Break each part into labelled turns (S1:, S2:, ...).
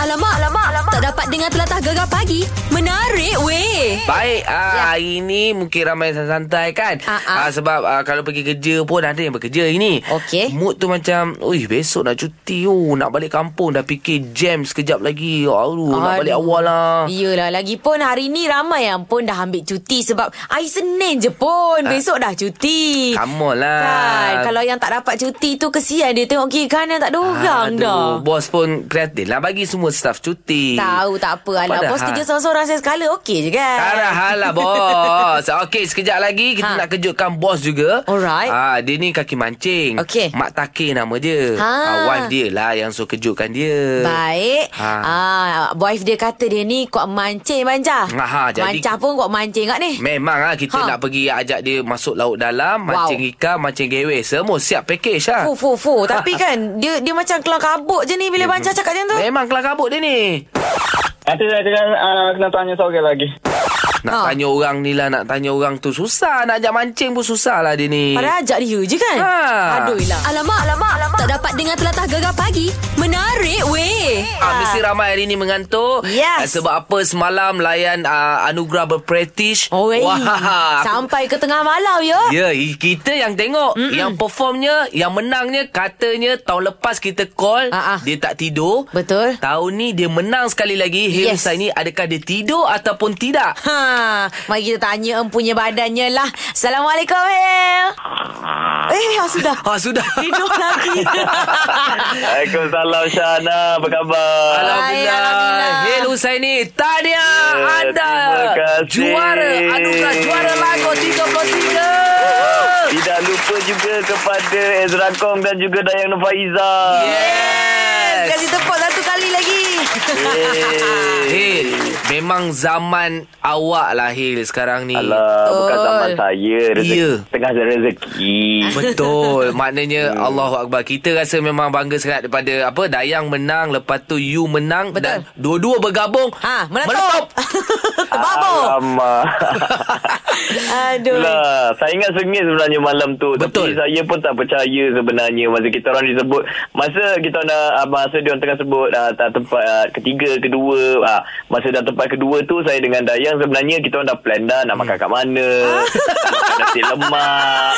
S1: Alamak, alamak, alamak. Tak dapat dengar telatah gegar pagi. Menarik weh.
S2: Baik, ah, ya. hari ni mungkin ramai santai kan?
S1: Ah, ah.
S2: Ah, sebab ah, kalau pergi kerja pun ada yang bekerja hari ni.
S1: Okey.
S2: Mood tu macam, ui besok nak cuti oh, nak balik kampung dah fikir jam sekejap lagi. Aduh, Aduh. nak balik awal lah.
S3: Yelah Lagipun hari ni ramai yang pun dah ambil cuti Sebab hari Senin je pun
S2: Ah.
S3: Besok dah cuti
S2: Come on lah.
S3: Kan Kalau yang tak dapat cuti tu Kesian dia tengok kiri kanan Tak ada orang dah
S2: Aduh, Bos pun kreatif lah bagi semua staff cuti.
S3: Tahu tak apa Alah
S2: Padahal-
S3: bos kerja seorang-seorang Saya sekala okey je kan
S2: Tarahal lah bos Okey sekejap lagi Kita
S3: Ha.
S2: nak kejutkan bos juga
S3: Alright.
S2: ha, Dia ni kaki mancing
S3: Okey.
S2: Mak Takir nama dia
S3: Ha.
S2: Ah, Wife dia lah yang suruh kejutkan dia
S3: Baik
S2: Ha.
S3: ha. ah, Wife dia kata dia ni Kuat mancing manja
S2: Ha, ha, jadi-
S3: Mancah pun kuat mancing kat ni
S2: Memang lah kita
S3: Ha.
S2: nak pergi ajak dia masuk laut dalam
S3: Wow.
S2: Mancing ikan, mancing gewe Semua siap package lah
S3: Fu fu fu Tapi kan Dia dia macam kelang kabut je ni Bila mancah cakap macam tu
S2: Memang kelang kabut dia ni
S4: Nanti saya dengan uh, kena tanya soalan lagi.
S2: Nak
S3: Ha.
S2: tanya orang ni lah Nak tanya orang tu Susah Nak ajak mancing pun susah lah dia ni
S3: Padahal ajak dia je kan
S2: Ha.
S3: Aduh lah
S1: Alamak, alamak, alamak. Tak dapat dengar telatah gegar pagi. Menarik weh.
S2: Ah, mesti ramai hari ni mengantuk
S3: Yes.
S2: Ah, Sebab apa semalam layan ah, anugerah berprestij
S3: Oh, eh.
S2: Wah ha,
S3: Sampai ke tengah malam ya.
S2: Ya, i- kita yang tengok Mm-mm. Yang performnya Yang menangnya Katanya tahun lepas kita call
S3: Ah, ah.
S2: Dia tak tidur
S3: Betul.
S2: Tahun ni dia menang sekali lagi Hil
S3: Yes.
S2: yes. ini Adakah dia tidur ataupun tidak?
S3: Ha, mari kita tanya empunya badannya lah. Assalamualaikum, El. Eh, ah, sudah.
S2: Ha, sudah
S3: Tidur lagi.
S4: Waalaikumsalam Syahana. Apa khabar?
S2: Alhamdulillah.
S3: Alhamdulillah.
S2: Hil Husaini, tahniah
S4: Ya,
S2: anda
S4: terima kasih.
S2: juara anugerah juara lah. lagu 33.
S4: Tidak lupa juga kepada Ezra Kong dan juga Dayang Nur Faiza.
S2: Yes.
S3: Kasih tepuk satu kali lagi.
S2: Hil, memang zaman awak lah Hil sekarang ni.
S4: Alah, bukan
S3: Betul.
S4: zaman saya. Rezeki,
S2: Ya.
S4: Tengah rezeki.
S2: Betul. Maknanya
S4: Hmm.
S2: Allahu akbar. Kita rasa memang bangga sangat daripada apa Dayang menang, lepas tu you menang
S3: Betul.
S2: dan dua-dua bergabung.
S3: Ha, meletup. Terbabur.
S4: Alamak.
S3: Aduh.
S4: Lah, saya ingat sengit sebenarnya malam tu.
S2: Betul.
S4: Tapi saya pun tak percaya sebenarnya masa kita orang disebut. Masa kita orang dah, ah, masa dia orang tengah sebut ah, tak tempat ah, ketiga, kedua. ah, masa dah tempat kedua tu saya dengan Dayang sebenarnya kita orang dah plan dah nak makan kat mana. nak makan nasi lemak.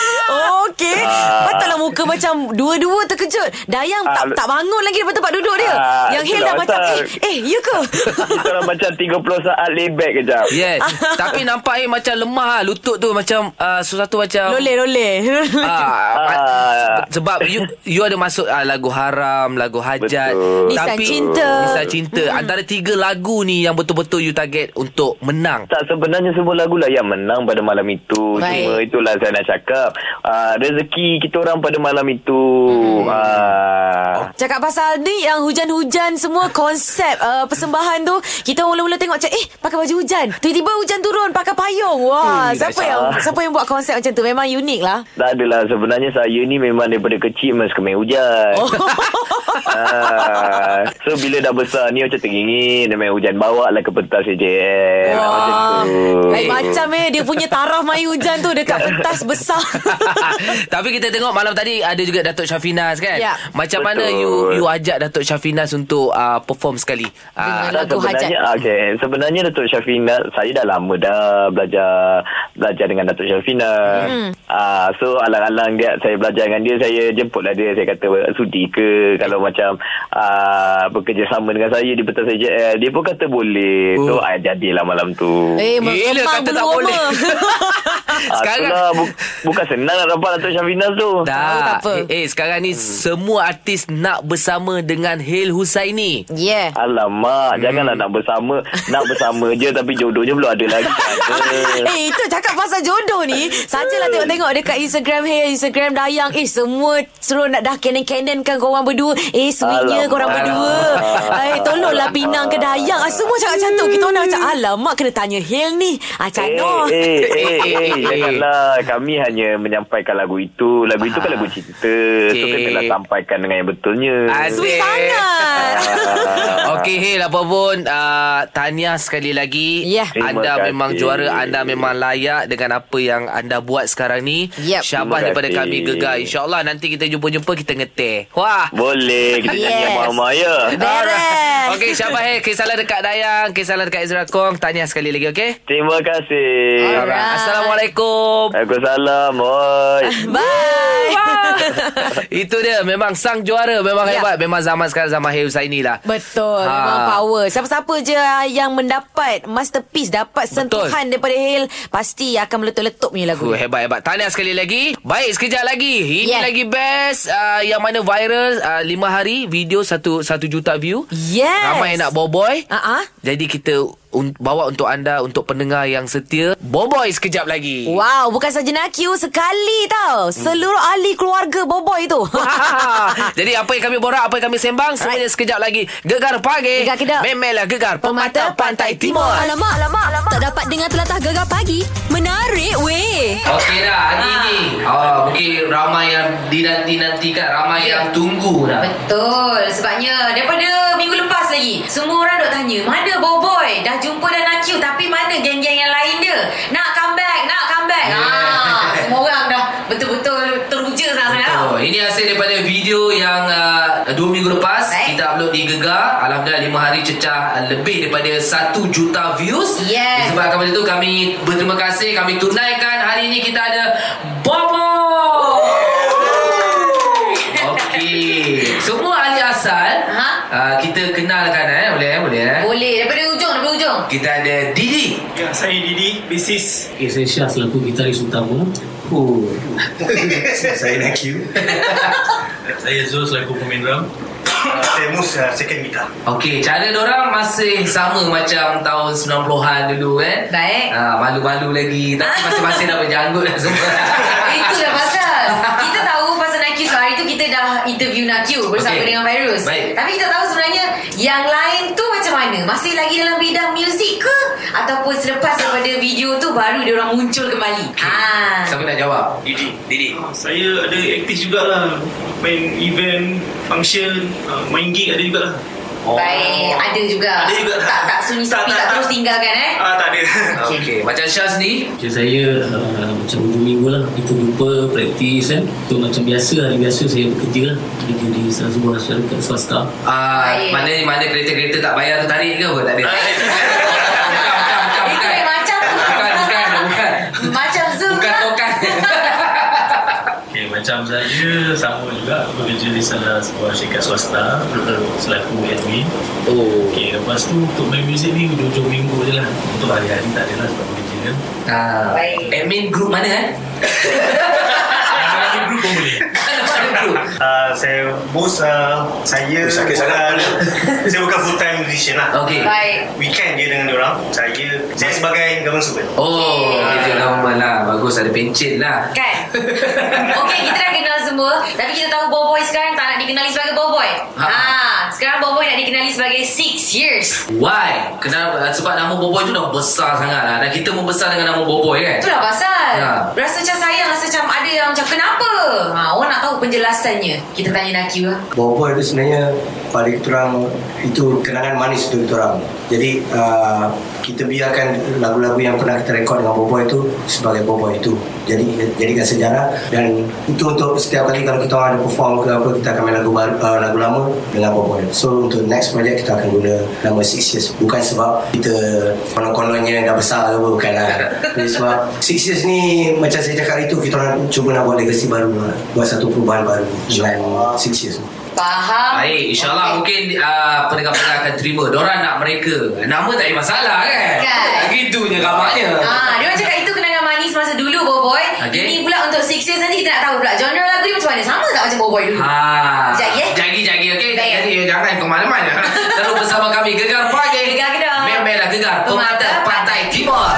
S3: Okey.
S4: Ah.
S3: Patutlah muka macam dua-dua terkejut. Dayang
S4: Ah,
S3: tak tak bangun lagi daripada tempat duduk dia.
S4: Ah,
S3: Yang Hil
S4: itulah
S3: dah macam,
S4: pasal.
S3: eh, eh, ya ke?
S4: Kita orang macam 30 saat layback kejap.
S2: Yes. Tapi nampak eh macam lemah lah. lutut tu macam uh, sesuatu macam
S3: Loleh, loleh.
S2: Ah,
S4: Ah.
S2: sebab you you ada masuk ah, lagu haram, lagu hajat,
S4: Betul.
S3: Nisan Cinta. Hmm.
S2: Nisan cinta. Antara tiga lagu ni yang betul-betul you target untuk menang.
S4: Tak sebenarnya semua lagu lah yang menang pada malam itu.
S3: Baik.
S4: Cuma itulah saya nak cakap. Uh, rezeki kita orang pada malam itu. Hmm. Uh,
S3: Cakap pasal ni yang hujan-hujan semua konsep uh, persembahan tu kita mula-mula tengok macam eh pakai baju hujan tiba-tiba hujan turun pakai payung wah
S2: Hmm,
S3: siapa
S2: dahsyat.
S3: yang siapa yang buat konsep macam tu memang unik lah
S4: tak adalah sebenarnya saya ni memang daripada kecil memang suka main hujan. Oh. Uh, so bila dah besar ni macam teringin dia main hujan bawa lah ke pentas AJM. Wow. Eh, Macam
S3: wah
S4: tu.
S3: lain macam eh dia punya taraf main hujan tu dekat pentas besar
S2: Tapi kita tengok malam tadi ada juga Datuk Syafinas kan.
S3: Ya.
S2: Macam mana
S4: Betul.
S2: you you ajak Datuk Syafinas untuk uh, perform sekali? Ah,
S3: Dengan- lagu
S4: sebenarnya okey sebenarnya Datuk Syafina saya dah lama dah belajar belajar dengan Datuk Syafina hmm. uh, so alang-alang dia saya belajar dengan dia saya jemputlah dia saya kata sudi ke kalau macam uh, bekerjasama dengan saya di Petas AJL dia pun kata boleh so
S2: Oh.
S4: uh, jadilah malam tu
S3: eh
S2: Gila,
S3: memang
S2: kata tak
S3: belum
S2: boleh.
S4: Ah,
S2: sekarang-
S4: itulah, bu- bukan senang nak dapat Datuk Syafina tu
S2: Dah.
S3: tak apa.
S2: Eh, eh, sekarang
S4: Hmm.
S2: ni semua artis nak bersama dengan Hil Husaini.
S3: yeah
S4: Alamak, hmm. janganlah nak bersama. Nak bersama je tapi jodohnya belum ada lagi. Tak ada.
S3: Eh itu cakap pasal jodoh ni Sajalah tengok-tengok dekat Instagram Hey Instagram Dayang Eh semua Suruh nak dah canon-canon kan korang berdua Eh sweetnya
S4: Alamak.
S3: korang berdua Eh tolonglah Pinang ke Dayang ah, Semua cakap macam tu Kita orang dah macam Alamak kena tanya Hil ni ah, Macam mana
S4: Eh, eh,
S2: Eh,
S4: eh, eh,
S2: eh.
S4: janganlah. Kami hanya menyampaikan lagu itu. Lagu itu kan
S2: Ah.
S4: lagu cinta. So,
S2: Okey.
S4: kenalah sampaikan dengan yang betulnya.
S2: Asyik.
S3: Sweet sangat
S4: Ah.
S2: Okey, Syihil apa pun uh, Tahniah sekali lagi
S3: Ya.
S4: Terima
S2: Anda
S4: kasih.
S2: memang juara Anda memang layak Dengan apa yang anda buat sekarang ni
S3: Yep.
S2: Syabas
S4: Terima
S2: daripada
S4: kasih.
S2: kami gegar InsyaAllah nanti kita jumpa-jumpa Kita ngeteh Wah
S4: Boleh kita yes.
S3: Yes.
S4: janji mama ya.
S3: Beres.
S2: Okey Syabas Kisahlah lah dekat Dayang Kisahlah dekat Ezra Kong Tahniah sekali lagi okey
S4: Terima kasih.
S3: Alright.
S2: Assalamualaikum
S4: Waalaikumsalam. Oi.
S3: Bye.
S2: Itu dia Memang sang juara Memang
S3: Ya.
S2: hebat Memang zaman sekarang Zaman Hei Husaini lah
S3: Betul ha.
S2: Ha.
S3: Memang power Siapa-siapa je Yang mendapat Masterpiece Dapat
S2: Betul.
S3: sentuhan daripada Hale Pasti akan meletup-letup ni lagu
S2: Fuh, hebat-hebat. Tahniah sekali lagi. Baik, sekejap lagi.
S3: Yeah.
S2: Ini lagi best. Uh, yang mana viral uh, 5 hari. Video 1 satu juta view.
S3: Yes
S2: Ramai nak boboy.
S3: Ah, ah.
S2: Jadi kita un- bawa untuk anda, untuk pendengar yang setia. Boboy sekejap lagi.
S3: Wow, bukan saja Nakyu sekali tau. Seluruh ahli keluarga Boboy tu.
S2: Jadi apa yang kami borak, apa yang kami sembang, semuanya sekejap lagi. Gegar pagi.
S3: Gegar kedap.
S2: Memelah gegar pemata pantai timur.
S5: Alamak, alamak, alamak. Tak dapat dengar telatah gegar pagi. Menarik weh.
S2: Okey dah hari ni ah, Mungkin ramai yang dinanti-nantikan Ramai yang tunggu dah
S3: Betul. Sebabnya daripada minggu lepas lagi, semua orang duk tanya, mana Boboy? Dah jumpa dah Nakyu tapi mana geng-geng yang lain dia? Nak comeback, nak comeback. Ah, semua orang dah betul-betul teruja sangat-sangat. tau.
S2: Oh, ini hasil daripada video yang uh, dua minggu lepas
S3: Baik.
S2: kita upload di Gegar. Alhamdulillah lima hari cecah uh, lebih daripada satu juta views.
S3: Yes.
S2: Disebabkan oleh itu kami berterima kasih. Kami tunaikan hari ini kita ada Bobo. Okey. Semua ahli asal
S3: Ha?
S2: uh, kita kenalkan eh boleh eh boleh eh.
S3: Boleh daripada ujung daripada ujung.
S2: Kita ada Didi.
S6: Ya, saya Didi, basis.
S7: Okay, saya Syah selaku gitaris utama. Oh.
S6: saya Nakiu.
S7: Saya Zul selaku pemain drum.
S6: saya Mus, uh, second guitar.
S2: Okey, cara orang masih sama macam tahun 90-an dulu eh.
S3: Baik.
S2: Ha, malu-malu lagi. Tapi masing-masing dah berjanggut dah semua.
S3: Itulah pasal Kita tahu pasal Nakyu So hari tu kita dah interview Nakyu Bersama
S2: Okey.
S3: okay. dengan Virus
S2: Baik.
S3: Tapi kita tahu sebenarnya Yang lain tu macam mana Masih lagi dalam bidang muzik ke Ataupun selepas daripada video tu Baru dia orang muncul kembali ha.
S2: Siapa nak jawab?
S6: Didi.
S2: Didi.
S6: Ah, Saya ada aktif jugalah. Main event, function, uh, main gig ada jugalah.
S2: Oh.
S3: Baik Ada juga
S6: Ada juga.
S3: Tak, tak sunyi
S6: Tak, tak,
S3: sepi tak,
S6: tak.
S3: terus tinggalkan eh
S6: Ah, tak ada.
S2: Okey, okay. macam Syah sendiri.
S7: Macam saya uh, macam dua minggu lah. Kita jumpa, praktis kan. So macam biasa, hari biasa saya bekerja lah. Kerja di salah sebuah syarikat swasta.
S2: Ah,
S3: Baik.
S2: mana mana kereta-kereta tak bayar tu tarik ke apa? Tak ada. bukan, bukan, bukan,
S3: Itu
S2: bukan.
S3: lain macam tu
S2: Bukan, bukan, bukan.
S3: Macam Zul
S2: Bukan
S3: lah.
S2: tokan.
S7: Okay, macam saya sama juga bekerja di salah sebuah syarikat swasta selaku admin.
S2: Oh.
S7: Okay, lepas tu untuk main muzik ni hujung-hujung minggu je lah. Untuk hari-hari tak ada lah sebab bekerja kan.
S2: Ah,
S3: Baik.
S2: admin group mana eh?
S7: Kalau grup pun boleh.
S2: Kalau ada group.
S6: Uh, saya Mus, uh, saya
S8: Mus, sakit
S6: bukan, saya bukan full time musician lah.
S2: Okey.
S3: Baik
S6: Weekend je dengan orang. Saya saya sebagai government servant.
S2: Oh, kerja lama lah. Bagus ada pencin lah.
S3: Kan Okey kita dah kenal semua Tapi kita tahu Boboy sekarang Tak nak dikenali sebagai Boboy
S2: Ha.
S3: ha. ha. Sekarang Boboy nak dikenali sebagai Six Years
S2: Why? Kenapa? Sebab nama Boboy tu dah besar sangat lah. Dan kita membesar dengan nama Boboy kan?
S3: Itulah pasal
S2: Ya.
S3: ha. Rasa macam sayang Rasa macam ada yang macam Kenapa? Ha, orang nak tahu penjelasannya Kita tanya Nakiu lah
S8: Boboy itu sebenarnya pada kita orang itu kenangan manis untuk kita orang. Jadi uh, kita biarkan lagu-lagu yang pernah kita rekod dengan Boboy itu sebagai Boboy itu. Jadi jadikan sejarah dan itu untuk setiap kali kalau kita orang ada perform ke apa kita akan main lagu baru, uh, lagu lama dengan Boboy. So untuk next project kita akan guna nama Six Years bukan sebab kita konon-kononnya dah besar ke apa bukan lah. Jadi sebab Six Years ni macam saya cakap hari tu kita orang cuba nak buat legacy baru lah. Buat satu perubahan baru dengan Six Years ni.
S3: Faham?
S2: Baik,
S3: Okey.
S2: insyaAllah mungkin uh, pendengar-pendengar akan terima. Diorang nak mereka. Nama tak ada masalah kan?
S3: Kan.
S2: Gitu je gambarnya.
S3: Ah, dia orang cakap itu kenangan manis masa dulu Boboy.
S2: Okey.
S3: Ini pula untuk Six Years nanti kita nak tahu pula genre lagu dia macam mana. Sama tak macam Boboy dulu?
S2: Ah.
S3: Jagi, eh?
S2: Jagi, jagi. Okey,
S3: Baik. eh?
S2: jadi jangan ke mana-mana. Terus bersama kami Gegar Pagi.
S3: Gegar Kedah.
S2: Memelah lah, Gegar Pemata Pantai Timur.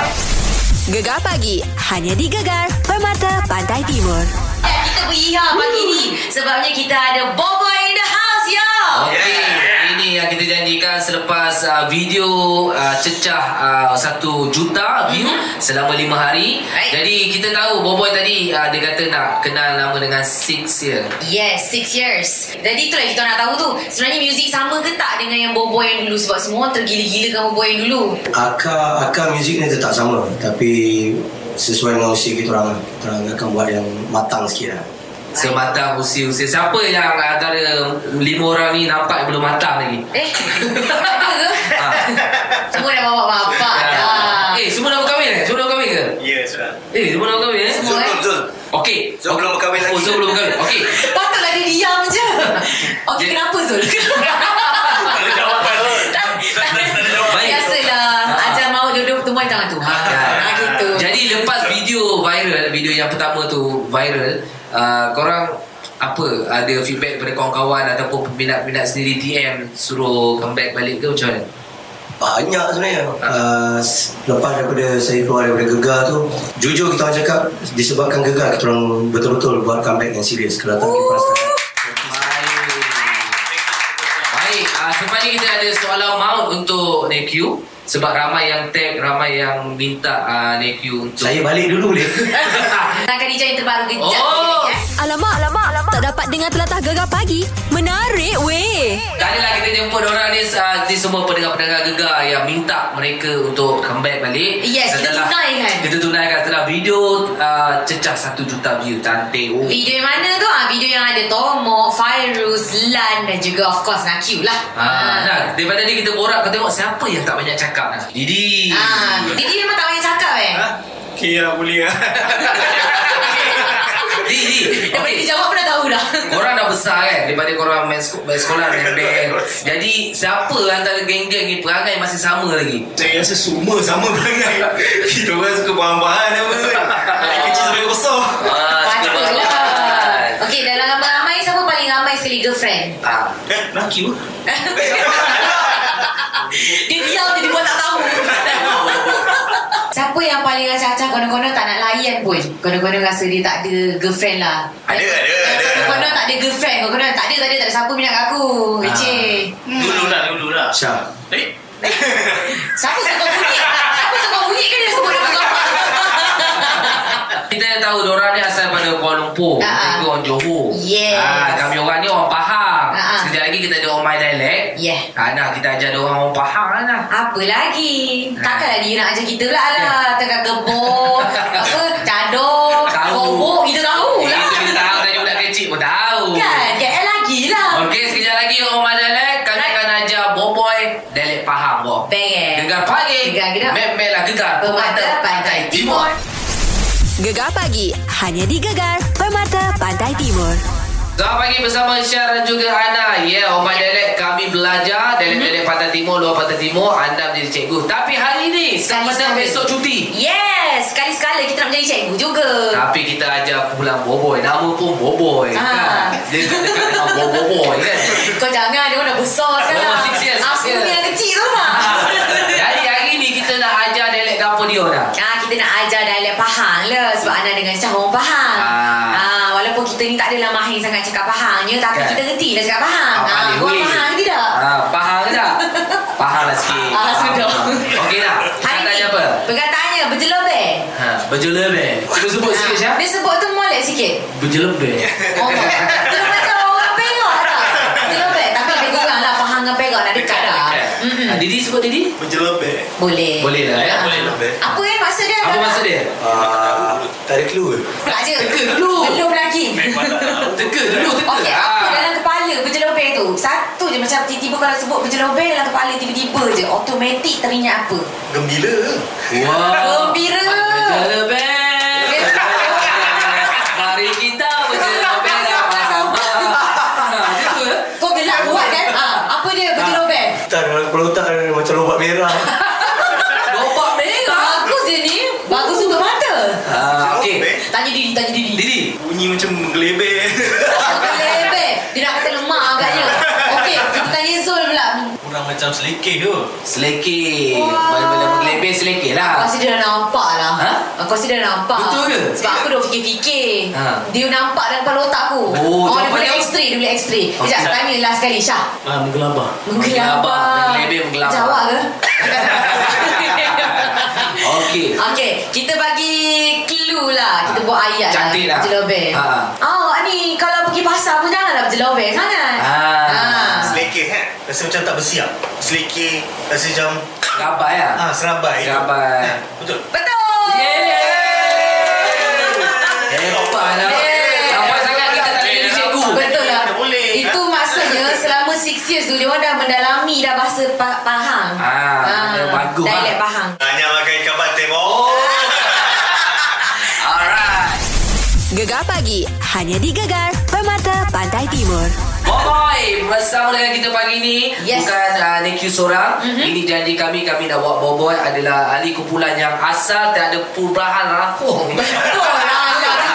S5: Gegar pagi. Hanya di Gegar Permata Pantai Timur.
S3: Ya, Kita beriha pagi ni sebabnya kita ada Boboy in the house, yo.
S2: Okey, ini ini yang kita janjikan selepas uh, video uh, cecah uh, 1 juta view mm-hmm. selama 5 hari.
S3: Mhm. Baik.
S2: Jadi kita tahu Boboy tadi uh, dia kata nak kenal lama dengan Six ya.
S3: Yes, six years. Jadi itulah kita nak tahu tu. Sebenarnya muzik sama ke tak dengan yang Boboy yang dulu sebab semua orang tergila-gila dengan Boboy yang dulu.
S8: Akar akar muzik ni tetap sama tapi sesuai dengan usia kita orang lah. kita orang akan buat yang matang sikit lah.
S2: Sematang usia-usia Siapa yang antara lima orang ni Nampak belum matang lagi
S3: Eh, ada ke?
S2: ha.
S3: Semua dah bawa bapak Ah, dah.
S2: Eh semua dah berkahwin eh Semua dah berkahwin ke
S9: Ya, sudah.
S2: Eh semua dah berkahwin eh
S3: Semua eh.
S2: Okey
S8: So, belum berkahwin
S2: Oh
S8: lagi.
S2: so belum berkahwin Okey
S3: Patutlah dia diam je. Okey,
S2: Jadi-
S3: kenapa Zul?
S9: Ada jawapan.
S2: Baik.
S3: Biasalah. Ajar maut jodoh pertemuan tangan Tuhan.
S2: Ya.
S3: Ha, gitu.
S2: Jadi lepas video viral Video yang pertama tu viral uh, Korang apa ada feedback daripada kawan-kawan ataupun peminat-peminat sendiri DM suruh comeback balik ke macam mana?
S8: Banyak sebenarnya uh, s- Lepas daripada saya keluar daripada Gegar tu Jujur kita orang cakap Disebabkan Gegar kita orang betul-betul buat comeback yang serius Kalau tak kita
S2: Oh.
S8: setakat
S2: Baik. Baik, uh, sebenarnya kita ada soalan maut untuk NEQ sebab ramai yang tag, ramai yang minta uh, NEQ untuk
S8: Saya balik dulu boleh?
S3: Nak Khadijah yang terbaru kejap.
S2: Oh.
S3: ni, eh.
S5: Alamak, alamak, alamak. Tak dapat dengar telatah gegar pagi. Menarik weh.
S2: Tak adalah kita jemput orang ni uh, Ni semua pendengar-pendengar gegar Yang minta mereka untuk comeback balik
S3: Yes, kita tunaikan.
S2: Kita tunaikan setelah video uh, Cecah 1 juta view Cantik oh.
S3: Video yang mana tu? Ah, video yang ada Tomok, Fairuz, Lan dan juga of course Nakiu lah.
S2: Ah, nah, daripada ni kita borak Kau tengok siapa yang tak banyak cakap nah. Didi
S3: Ah, Didi memang tak banyak cakap eh.
S9: Ha? Okay, ya, boleh lah.
S2: Didi
S3: Daripada dia jawab pun dah tahu dah.
S2: Korang dah besar kan Daripada korang main, sko- main sekolah main band kan. Jadi siapa antara geng-geng ni Perangai masih sama lagi
S9: Saya rasa semua sama perangai. Kita orang suka bahan-bahan apa. Dari kecil sampai besar.
S2: ah, suka
S3: Patutlah.
S2: banget.
S3: Okey, dalam ramai-ramai siapa paling ramai sekali girlfriend?
S2: Ah,
S9: Eh, Naki pun.
S3: Dia diam je, dia buat tak tahu. Siapa yang paling acah-acah konon-konon tak nak layan pun? Konon-konon rasa dia tak ada girlfriend lah.
S9: Ada, ada, ada.
S3: Konon-konon tak ada girlfriend. Konon-konon tak ada, tak ada, tak ada siapa minat kat aku. Leceh.
S9: Dulu lah, dulu lah.
S8: Syah
S9: Eh,
S3: Siapa suka bunyi? Siapa suka bunyi kan dia sebut nama kau?
S2: Kita yang tahu Diorang ni asal pada Kuala Lumpur
S3: Ah, ah.
S2: Mereka orang Johor
S3: Yes.
S2: Ah, Kami orang ni orang Pahang
S3: Ah, ah.
S2: Sekejap lagi kita ada orang My Dialect
S3: Yeah.
S2: ah, Nah kita ajar diorang orang Pahang lah nah.
S3: Apa lagi? Takkanlah dia nak ajar kita pula
S2: Ya.
S3: lah. Tengah gebor, apa, cador,
S2: Tahu.
S3: bobok, kita tahu
S2: Eh,
S3: lah.
S2: Itu kita tahu Tanya budak kecil pun tahu
S3: Kan, KL lagi lah.
S2: Okey sekejap lagi orang My Dialect Kami
S3: Right.
S2: akan ajar Boboy Dialect Pahang boh.
S3: Bang.
S2: Gegar pagi
S3: Gegar gerak.
S2: Memelah gegar
S3: Pemata Pantai Timur.
S5: Gegar pagi. Hanya di Gegar. Permata Pantai Timur.
S2: Selamat pagi bersama Syar dan juga Ana. Ya, yeah, Omar Dialek kami
S3: Mhm.
S2: belajar dialek-dialek Pantai Timur, luar Pantai Timur. Anda menjadi cikgu. Tapi hari ini, sebenarnya
S3: Sekali-sekali.
S2: besok cuti.
S3: Yes, sekali-sekala kita nak menjadi cikgu juga.
S2: Tapi kita ajar kumpulan Boboy. Nama pun Boboy.
S3: Ah.
S2: Kan? Dia dekat dengan Boboy kan.
S3: Kau jangan, dia orang dah besar sekarang.
S2: Oh, six years, six
S3: Aku
S2: years.
S3: ni yang kecil tu mah.
S2: Jadi hari ini kita nak ajar dialek Gapo dia dah.
S3: Ah, kita nak ajar dialek Pahang lah sebab Ana dengan Syah orang Pahang.
S2: Ah.
S3: Ah, walaupun kita ni tak adalah mahir sangat cakap Pahangnya tapi
S2: Kan.
S3: kita reti lah cakap Pahang.
S2: Apa
S3: Ah,
S2: ni,
S3: kau
S2: weh?
S3: Pahang ke tidak?
S2: Ah, faham ke tak? Faham lah sikit.
S3: Ah, sudah.
S2: Okey dah. Nak
S3: ni,
S2: tanya apa?
S3: Perkataannya berjelebeh.
S2: Ha, berjelebeh. Cuba sebut
S3: Ah.
S2: sikit Syah.
S3: Dia sebut tu molek sikit.
S2: Berjelebeh.
S3: Oh, tu macam orang perak tak? Jelebeh tapi lebih kurang lah Pahang dengan perak dah dekat dah. Mm-mm.
S2: Ah, Didi sebut Didi?
S9: menjelebek.
S3: Boleh.
S2: Boleh lah ya.
S3: Ah.
S9: boleh lah, babe.
S3: Apa eh maksud dia?
S2: Apa maksud dia?
S8: Ah, tak ada clue ke?
S3: Tak je.
S2: Teka dulu.
S3: Belum lagi.
S9: Memang tak tahu.
S2: Teka dulu teka. Ah.
S3: Okey, apa dalam kepala berjelobel tu? Satu je macam tiba-tiba kalau sebut berjelobel dalam kepala tiba-tiba je automatik teringat apa?
S9: Gembira.
S2: Wow.
S3: Gembira.
S2: Berjelebel. Mari kita berjelebel sama-sama. lah. Ah, Gitu ya.
S3: Kau gelak buat kan? Ah, apa dia berjelobel?
S8: Tak ada kalau tak ada macam lobak merah
S2: Lobak merah.
S3: Bagus dia ni. Bagus untuk mata.
S2: Ah, okey.
S3: Tanya diri, tanya diri.
S2: Didi.
S9: Bunyi macam menggelebek.
S3: Lebih. Dia nak kata lemak agaknya. Okey, kita tanya Zul pula.
S8: Kurang lagi
S10: macam selekeh tu.
S2: Selekeh
S3: Wah.
S2: Benda-benda menggelebih selekeh lah
S3: Kau dah nampak lah
S2: Ha?
S3: Kau dah nampak
S2: Betul ke?
S3: Sebab aku dah fikir-fikir
S2: Ha.
S3: Dia nampak dalam kepala otak aku
S2: Oh,
S3: dia
S2: jawapan
S3: boleh
S2: dia-
S3: x-ray Dia boleh x-ray
S2: Okey.
S3: Sekejap tanya last sekali Syah
S7: Ah, menggelabah.
S3: Menggelabah
S2: Menggelabah, menggelabah.
S3: Jawab ke?
S2: Okey
S3: Okey, kita bagi clue lah. Kita buat ayat
S2: Ha. Cantik lah.
S3: Jelobel.
S2: Ha.
S3: Awak ni kalau pergi pasar pun janganlah berjelobel sangat.
S2: Ha.
S3: Ah.
S10: Selekeh kan? Rasa macam tak bersiap. Selekeh, rasa macam
S2: Gabai lah
S10: ah, serabai.
S2: Serabai.
S10: Ah, Betul.
S3: Betul.
S2: Hebat lah
S3: Yeay.
S2: Ramai sangat kita tak jadi cikgu
S3: Betul lah.
S10: Mana boleh.
S3: Itu maksudnya selama 6 years tu dia orang dah mendalami dah bahasa pa- Pahang.
S2: Ha, dia bagus,
S3: Dialek
S2: ha.
S3: Pahang.
S10: Banyak makan ikan batin. Oh.
S2: Alright
S5: Gegar pagi hanya di Gegar Permata Pantai Timur.
S2: Boboy bersama dengan kita pagi ni
S3: Yes. Mhm.
S2: bukan uh, Nick Yu seorang. Mm-hmm. Ini janji kami kami nak buat Boboy adalah ahli kumpulan yang asal tak ada perubahan lah. rampung.
S3: Oh, Betul lah.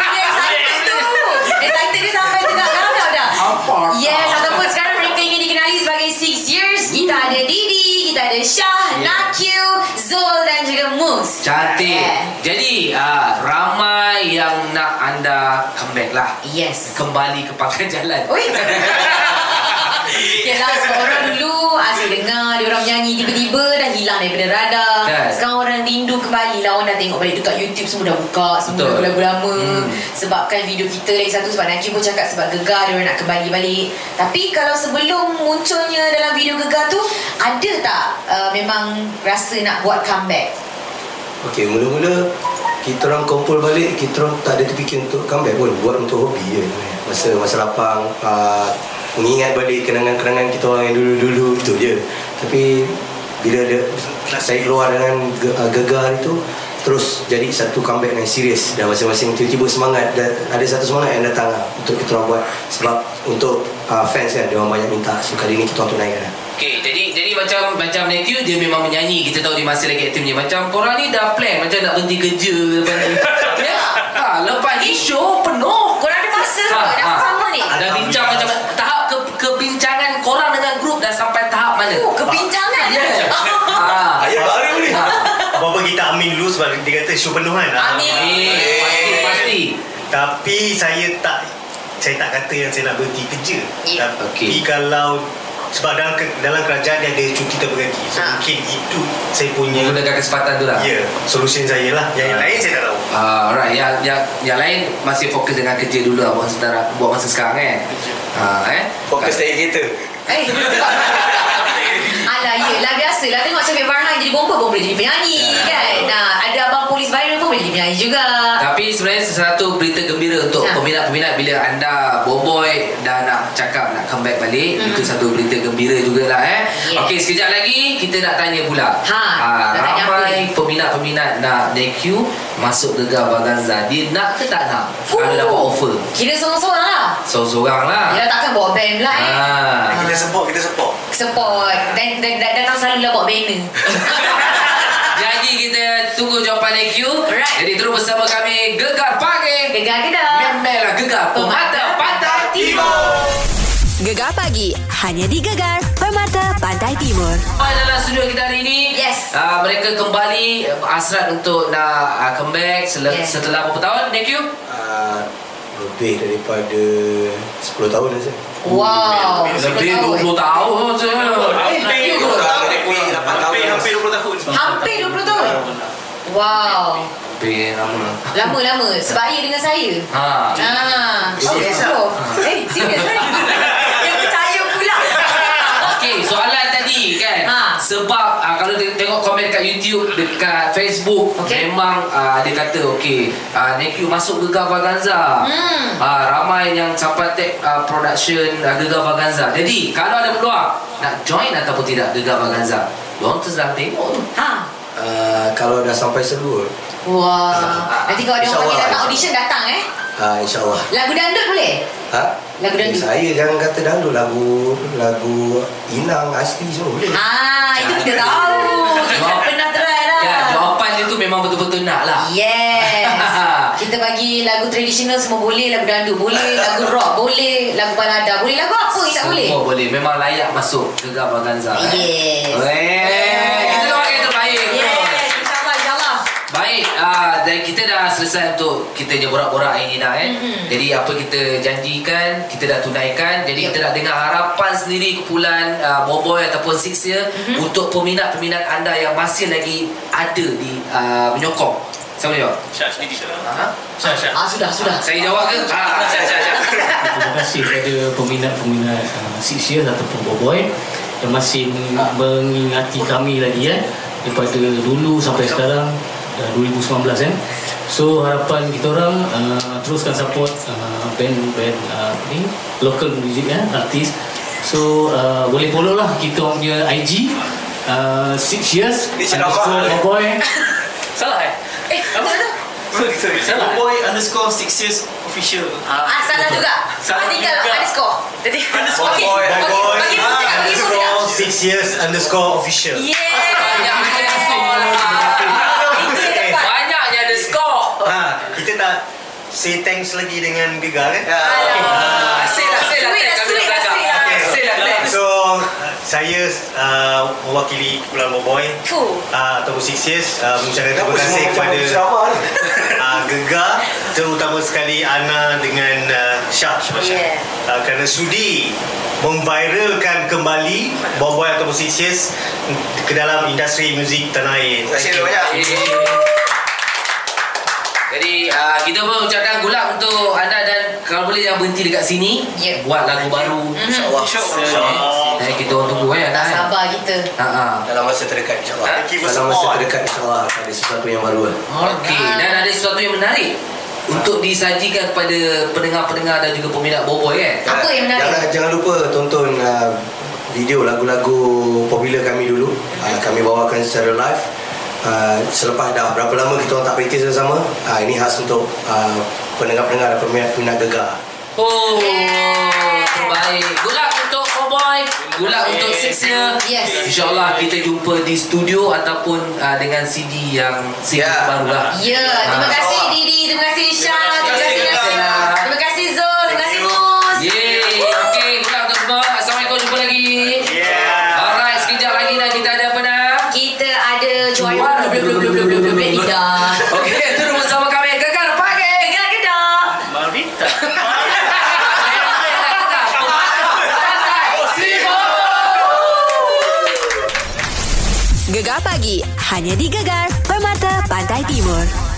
S3: Dia
S2: Eh.
S3: excited tu. Dia excited dia sampai tengah garang dah.
S2: Apa?
S3: Yes, ataupun sekarang mereka ingin dikenali sebagai Six Years. Kita ada Didi, kita ada Syah,
S2: Yeah.
S3: Nakil, Zul dan juga Mus.
S2: Cantik.
S3: Yeah.
S2: Jadi uh, ramai yang nak anda comeback lah.
S3: Yes.
S2: Kembali ke pangkat jalan.
S3: Oi. Yelah sebab orang dulu asyik dengar dia orang menyanyi tiba-tiba dah hilang daripada radar.
S2: Kan.
S3: Sekarang orang rindu kembali lah orang dah tengok balik dekat YouTube semua dah buka semua
S2: Betul.
S3: dah lagu lama.
S2: Hmm.
S3: Sebabkan video kita lagi satu sebab Naki pun cakap sebab gegar dia orang nak kembali balik. Tapi kalau sebelum munculnya dalam video gegar tu ada tak uh, memang rasa nak buat comeback?
S8: Okey, mula-mula kita orang kumpul balik, kita orang tak ada terfikir untuk comeback pun. Buat untuk hobi je. Masa masa lapang, uh, mengingat balik kenangan-kenangan kita orang yang dulu-dulu itu je. Tapi bila ada saya keluar dengan ge- uh, gegar itu terus jadi satu comeback yang serius dan masing-masing tiba-tiba semangat dan ada satu semangat yang datang lah untuk kita orang buat sebab untuk uh, fans kan dia orang banyak minta so kali ni kita orang tunaikan lah.
S2: Okay, jadi jadi macam macam Matthew dia memang menyanyi. Kita tahu dia masih lagi aktifnya. Macam korang ni dah plan macam nak berhenti kerja lepas ni. ya. Ha, lepas ni show penuh.
S3: Korang ada masa
S2: Ha,
S3: ha, dah
S2: ha.
S3: sama ni.
S2: Dah bincang macam tahap ke, kebincangan korang dengan grup dah sampai tahap mana?
S3: Oh, kebincangan.
S2: Ya. Ha.
S10: Ayah baru ni. Apa-apa kita amin dulu sebab dia kata show penuh kan. Ah,
S3: Amin.
S2: Eh, pasti pasti.
S10: Tapi saya tak saya tak kata yang saya nak berhenti kerja.
S3: Ya.
S2: Okey.
S10: Tapi kalau sebab dalam ke- dalam kerajaan dia ada cuti terberganti. So
S3: Ah.
S10: mungkin itu saya punya
S2: Menggunakan kesempatan tu lah.
S10: ya, solution saya lah. Yang, yang
S2: Ah.
S10: lain saya tak tahu.
S2: Ah, alright. Yang, yang, yang lain masih fokus dengan kerja dulu lah buat sementara buat masa sekarang kan. Ha, eh.
S4: Fokus naik kereta
S3: Eh, Alah, yelah biasalah tengok Syafiq Farhan jadi bomba pun boleh jadi penyanyi
S10: Ya.
S3: kan. Nah, ada abang polis viral pun boleh jadi penyanyi juga.
S2: Tapi sebenarnya sesuatu berita gembira untuk
S3: Ha.
S2: peminat-peminat bila anda boboy dah nak cakap nak comeback balik itu satu berita gembira jugalah eh.
S3: Hmm. Yes.
S2: Okey sekejap lagi kita nak tanya pula.
S3: Ha, nak tanya apa
S2: ramai peminat-peminat nak DQ masuk gegar Baganza. Dia nak ke tak nak?
S3: Fuh.
S2: Kalau dapat offer.
S3: Kira seorang-seorang lah.
S2: Seorang-seorang lah.
S10: Ah.
S3: Yelah takkan bawa band pula eh.
S2: Ha.
S10: Kita support, kita support.
S3: Support. Dan, dan, dan datang selalu lah bawa banner.
S2: Jadi kita tunggu jawapan DQ.
S3: Alright.
S2: Jadi terus bersama kami Gegar Pagi.
S3: Gegar ke dah?
S2: Memelah Gegar Pemata Pantai Timur.
S5: Gegar pagi hanya di Gegar Permata Pantai Timur.
S2: Dalam studio kita hari ini
S3: Yes.
S2: uh, Mereka kembali uh, Hasrat untuk nak uh, come back sel-
S3: Yes.
S2: Setelah berapa tahun Thank you
S8: Uh,
S10: Ah,
S8: lebih daripada 10 tahun
S10: lah,
S8: dah saya.
S3: Wow. Eh,
S2: Lebih 20 tahun,
S10: Hampir 20
S2: tahun
S10: tahun.
S4: Lebih lapan tahun.
S10: Hampir- Hampir 20 tahun.
S3: Hampir 20 tahun. Wow.
S2: Lebih lama
S3: Lama-lama. Sebaya dengan saya.
S2: Ha
S3: Ah, serius lah. Eh, serius lah. Dia percaya pula.
S2: Okey, soalan tadi kan
S3: Ha.
S2: Sebab uh, kalau tengok, tengok komen kat YouTube Dekat Facebook
S3: Okey.
S2: Memang uh, dia kata Okey, uh, Thank you masuk Gegar Vaganza
S3: Hmm.
S2: uh, Ramai yang sampai tag uh, production uh, Gegar Vaganza Jadi, kalau ada peluang Nak join ataupun tidak Gegar Vaganza Diorang terserah tengok tu
S3: Ha.
S8: Uh,
S10: Ah,
S8: kalau dah sampai seluruh,
S3: Wah. Nanti kalau ada orang panggil
S8: InsyaAllah.
S3: datang audition datang eh.
S8: uh, insyaAllah.
S3: Lagu dangdut boleh?
S8: Ha?
S3: Lagu dangdut.
S8: Eh, saya jangan kata dangdut lagu lagu inang asli semua boleh.
S3: Ah, itu kita tahu. Kita
S2: Jawab-
S3: pernah try lah.
S2: Ya, jawapan dia tu memang betul-betul nak lah
S3: Yes. kita bagi lagu tradisional semua boleh, lagu dangdut boleh, lagu rock boleh, lagu balada boleh, lagu apa tak boleh?
S2: Semua boleh. Memang layak masuk ke Ganza.
S3: Yes.
S2: Weh, kita doakan yang terbaik.
S3: Yes, insyaAllah, insyaAllah.
S2: Baik, ah, dan kita dah selesai untuk kita je borak-borak hari ni dah eh.
S3: Mhm.
S2: Jadi apa kita janjikan, kita dah tunaikan. Jadi kita nak dengar harapan sendiri kumpulan ah, Boboy ataupun Six Year
S3: Mm-hmm.
S2: untuk peminat-peminat anda yang masih lagi ada di ah, menyokong. Siapa jawab?
S9: Syah sendiri. Syah,
S2: Ha?
S9: Syah.
S3: Ah, sudah, sudah.
S2: Saya jawab ke? Ha, Syah, Syah, Syah.
S7: Terima kasih kepada peminat-peminat uh, Six Years ataupun Boboy yang masih meng- mengingati kami lagi ya daripada dulu sampai sekarang dah 2019 kan. So harapan kita orang uh, teruskan support uh, band-band uh, apa ni local music ya artis. So uh, boleh follow lah kita orang punya IG uh, Six Years
S10: Ni ceramah.
S7: underscore Boboy
S9: Salah eh?
S3: Eh, apa tu?
S9: Sorry, sorry.
S7: Salah.
S9: Boy underscore six years official.
S3: Ah, salah juga.
S9: Salah
S3: Ah, tinggal
S9: juga.
S3: underscore. Jadi,
S9: Underscore
S3: okey,
S10: Boy,
S3: okey,
S10: boy.
S3: bagi pusat, bagi
S10: Underscore
S3: pusat.
S10: six years underscore official.
S2: Banyak ada
S3: lah.
S2: skor.
S3: Yeah. Itu yang tepat.
S2: Banyaknya ada skor.
S10: Ha, kita tak say thanks lagi dengan Biga kan? Ha,
S3: Alah.
S10: okey.
S2: Ah, Say lah, say
S3: Sweet lah,
S2: lah. Kami
S3: sweet lah,
S2: belakang.
S3: sweet lah.
S10: Okey.
S2: Say lah, thanks.
S10: So, saya uh, mewakili Kepulauan Boboy
S3: Fuh.
S10: uh, ataupun Six Years uh, mengucapkan terima kasih kepada uh, Gega terutama sekali Ana dengan uh, Syah
S3: Yeah.
S10: uh, kerana sudi memviralkan kembali Boboy ataupun Six Years ke dalam industri muzik tanah air. Terima kasih ah. banyak.
S2: Jadi uh, kita pun ucapkan gulab untuk anda dan kalau boleh jangan berhenti dekat sini
S3: Ya.
S2: buat lagu baru.
S10: InsyaAllah.
S2: Eh, eh, kita orang tunggu eh dah.
S3: Tak sabar kita.
S2: Ha ah.
S8: Dalam masa terdekat insyaAllah
S2: Ha?
S10: Thank you for
S8: Dalam masa
S10: support.
S8: terdekat insyaAllah akan ada sesuatu yang baru lah
S2: Okey, dan ada sesuatu yang menarik untuk disajikan kepada pendengar-pendengar dan juga peminat Boboy kan.
S3: Apa yang menarik?
S8: Jangan, jangan lupa tonton uh, video lagu-lagu popular kami dulu. Uh, kami bawakan secara live. Uh, selepas dah berapa lama kita orang tak praktis sama-sama. Uh, ini khas untuk uh, pendengar-pendengar dan peminat-peminat gegar.
S2: Oh, terbaik. Gulak untuk Cowboy, gulak untuk Sixer.
S3: Yes.
S2: InsyaAllah kita jumpa di studio ataupun uh, dengan CD yang CD
S8: Ya.
S2: baru lah.
S3: Ya, terima
S2: Ah.
S3: kasih Didi, terima kasih Syah, terima kasih
S2: Terima kasih,
S3: Nasir,
S2: Nas.
S3: terima kasih Zul, terima kasih Mus.
S2: Yeay. Okey, gulak untuk semua. Assalamualaikum, jumpa lagi.
S10: Yeah.
S2: Alright, sekejap lagi dah kita ada apa dah?
S3: Kita ada juara
S2: Juara.
S3: belum belum belum belum belum lidah.
S2: Okey, terus bersama kami. Gegar pagi.
S3: Dengar ke tak?
S9: Marita.
S5: Gegar pagi hanya di Gegar Permata Pantai Timur.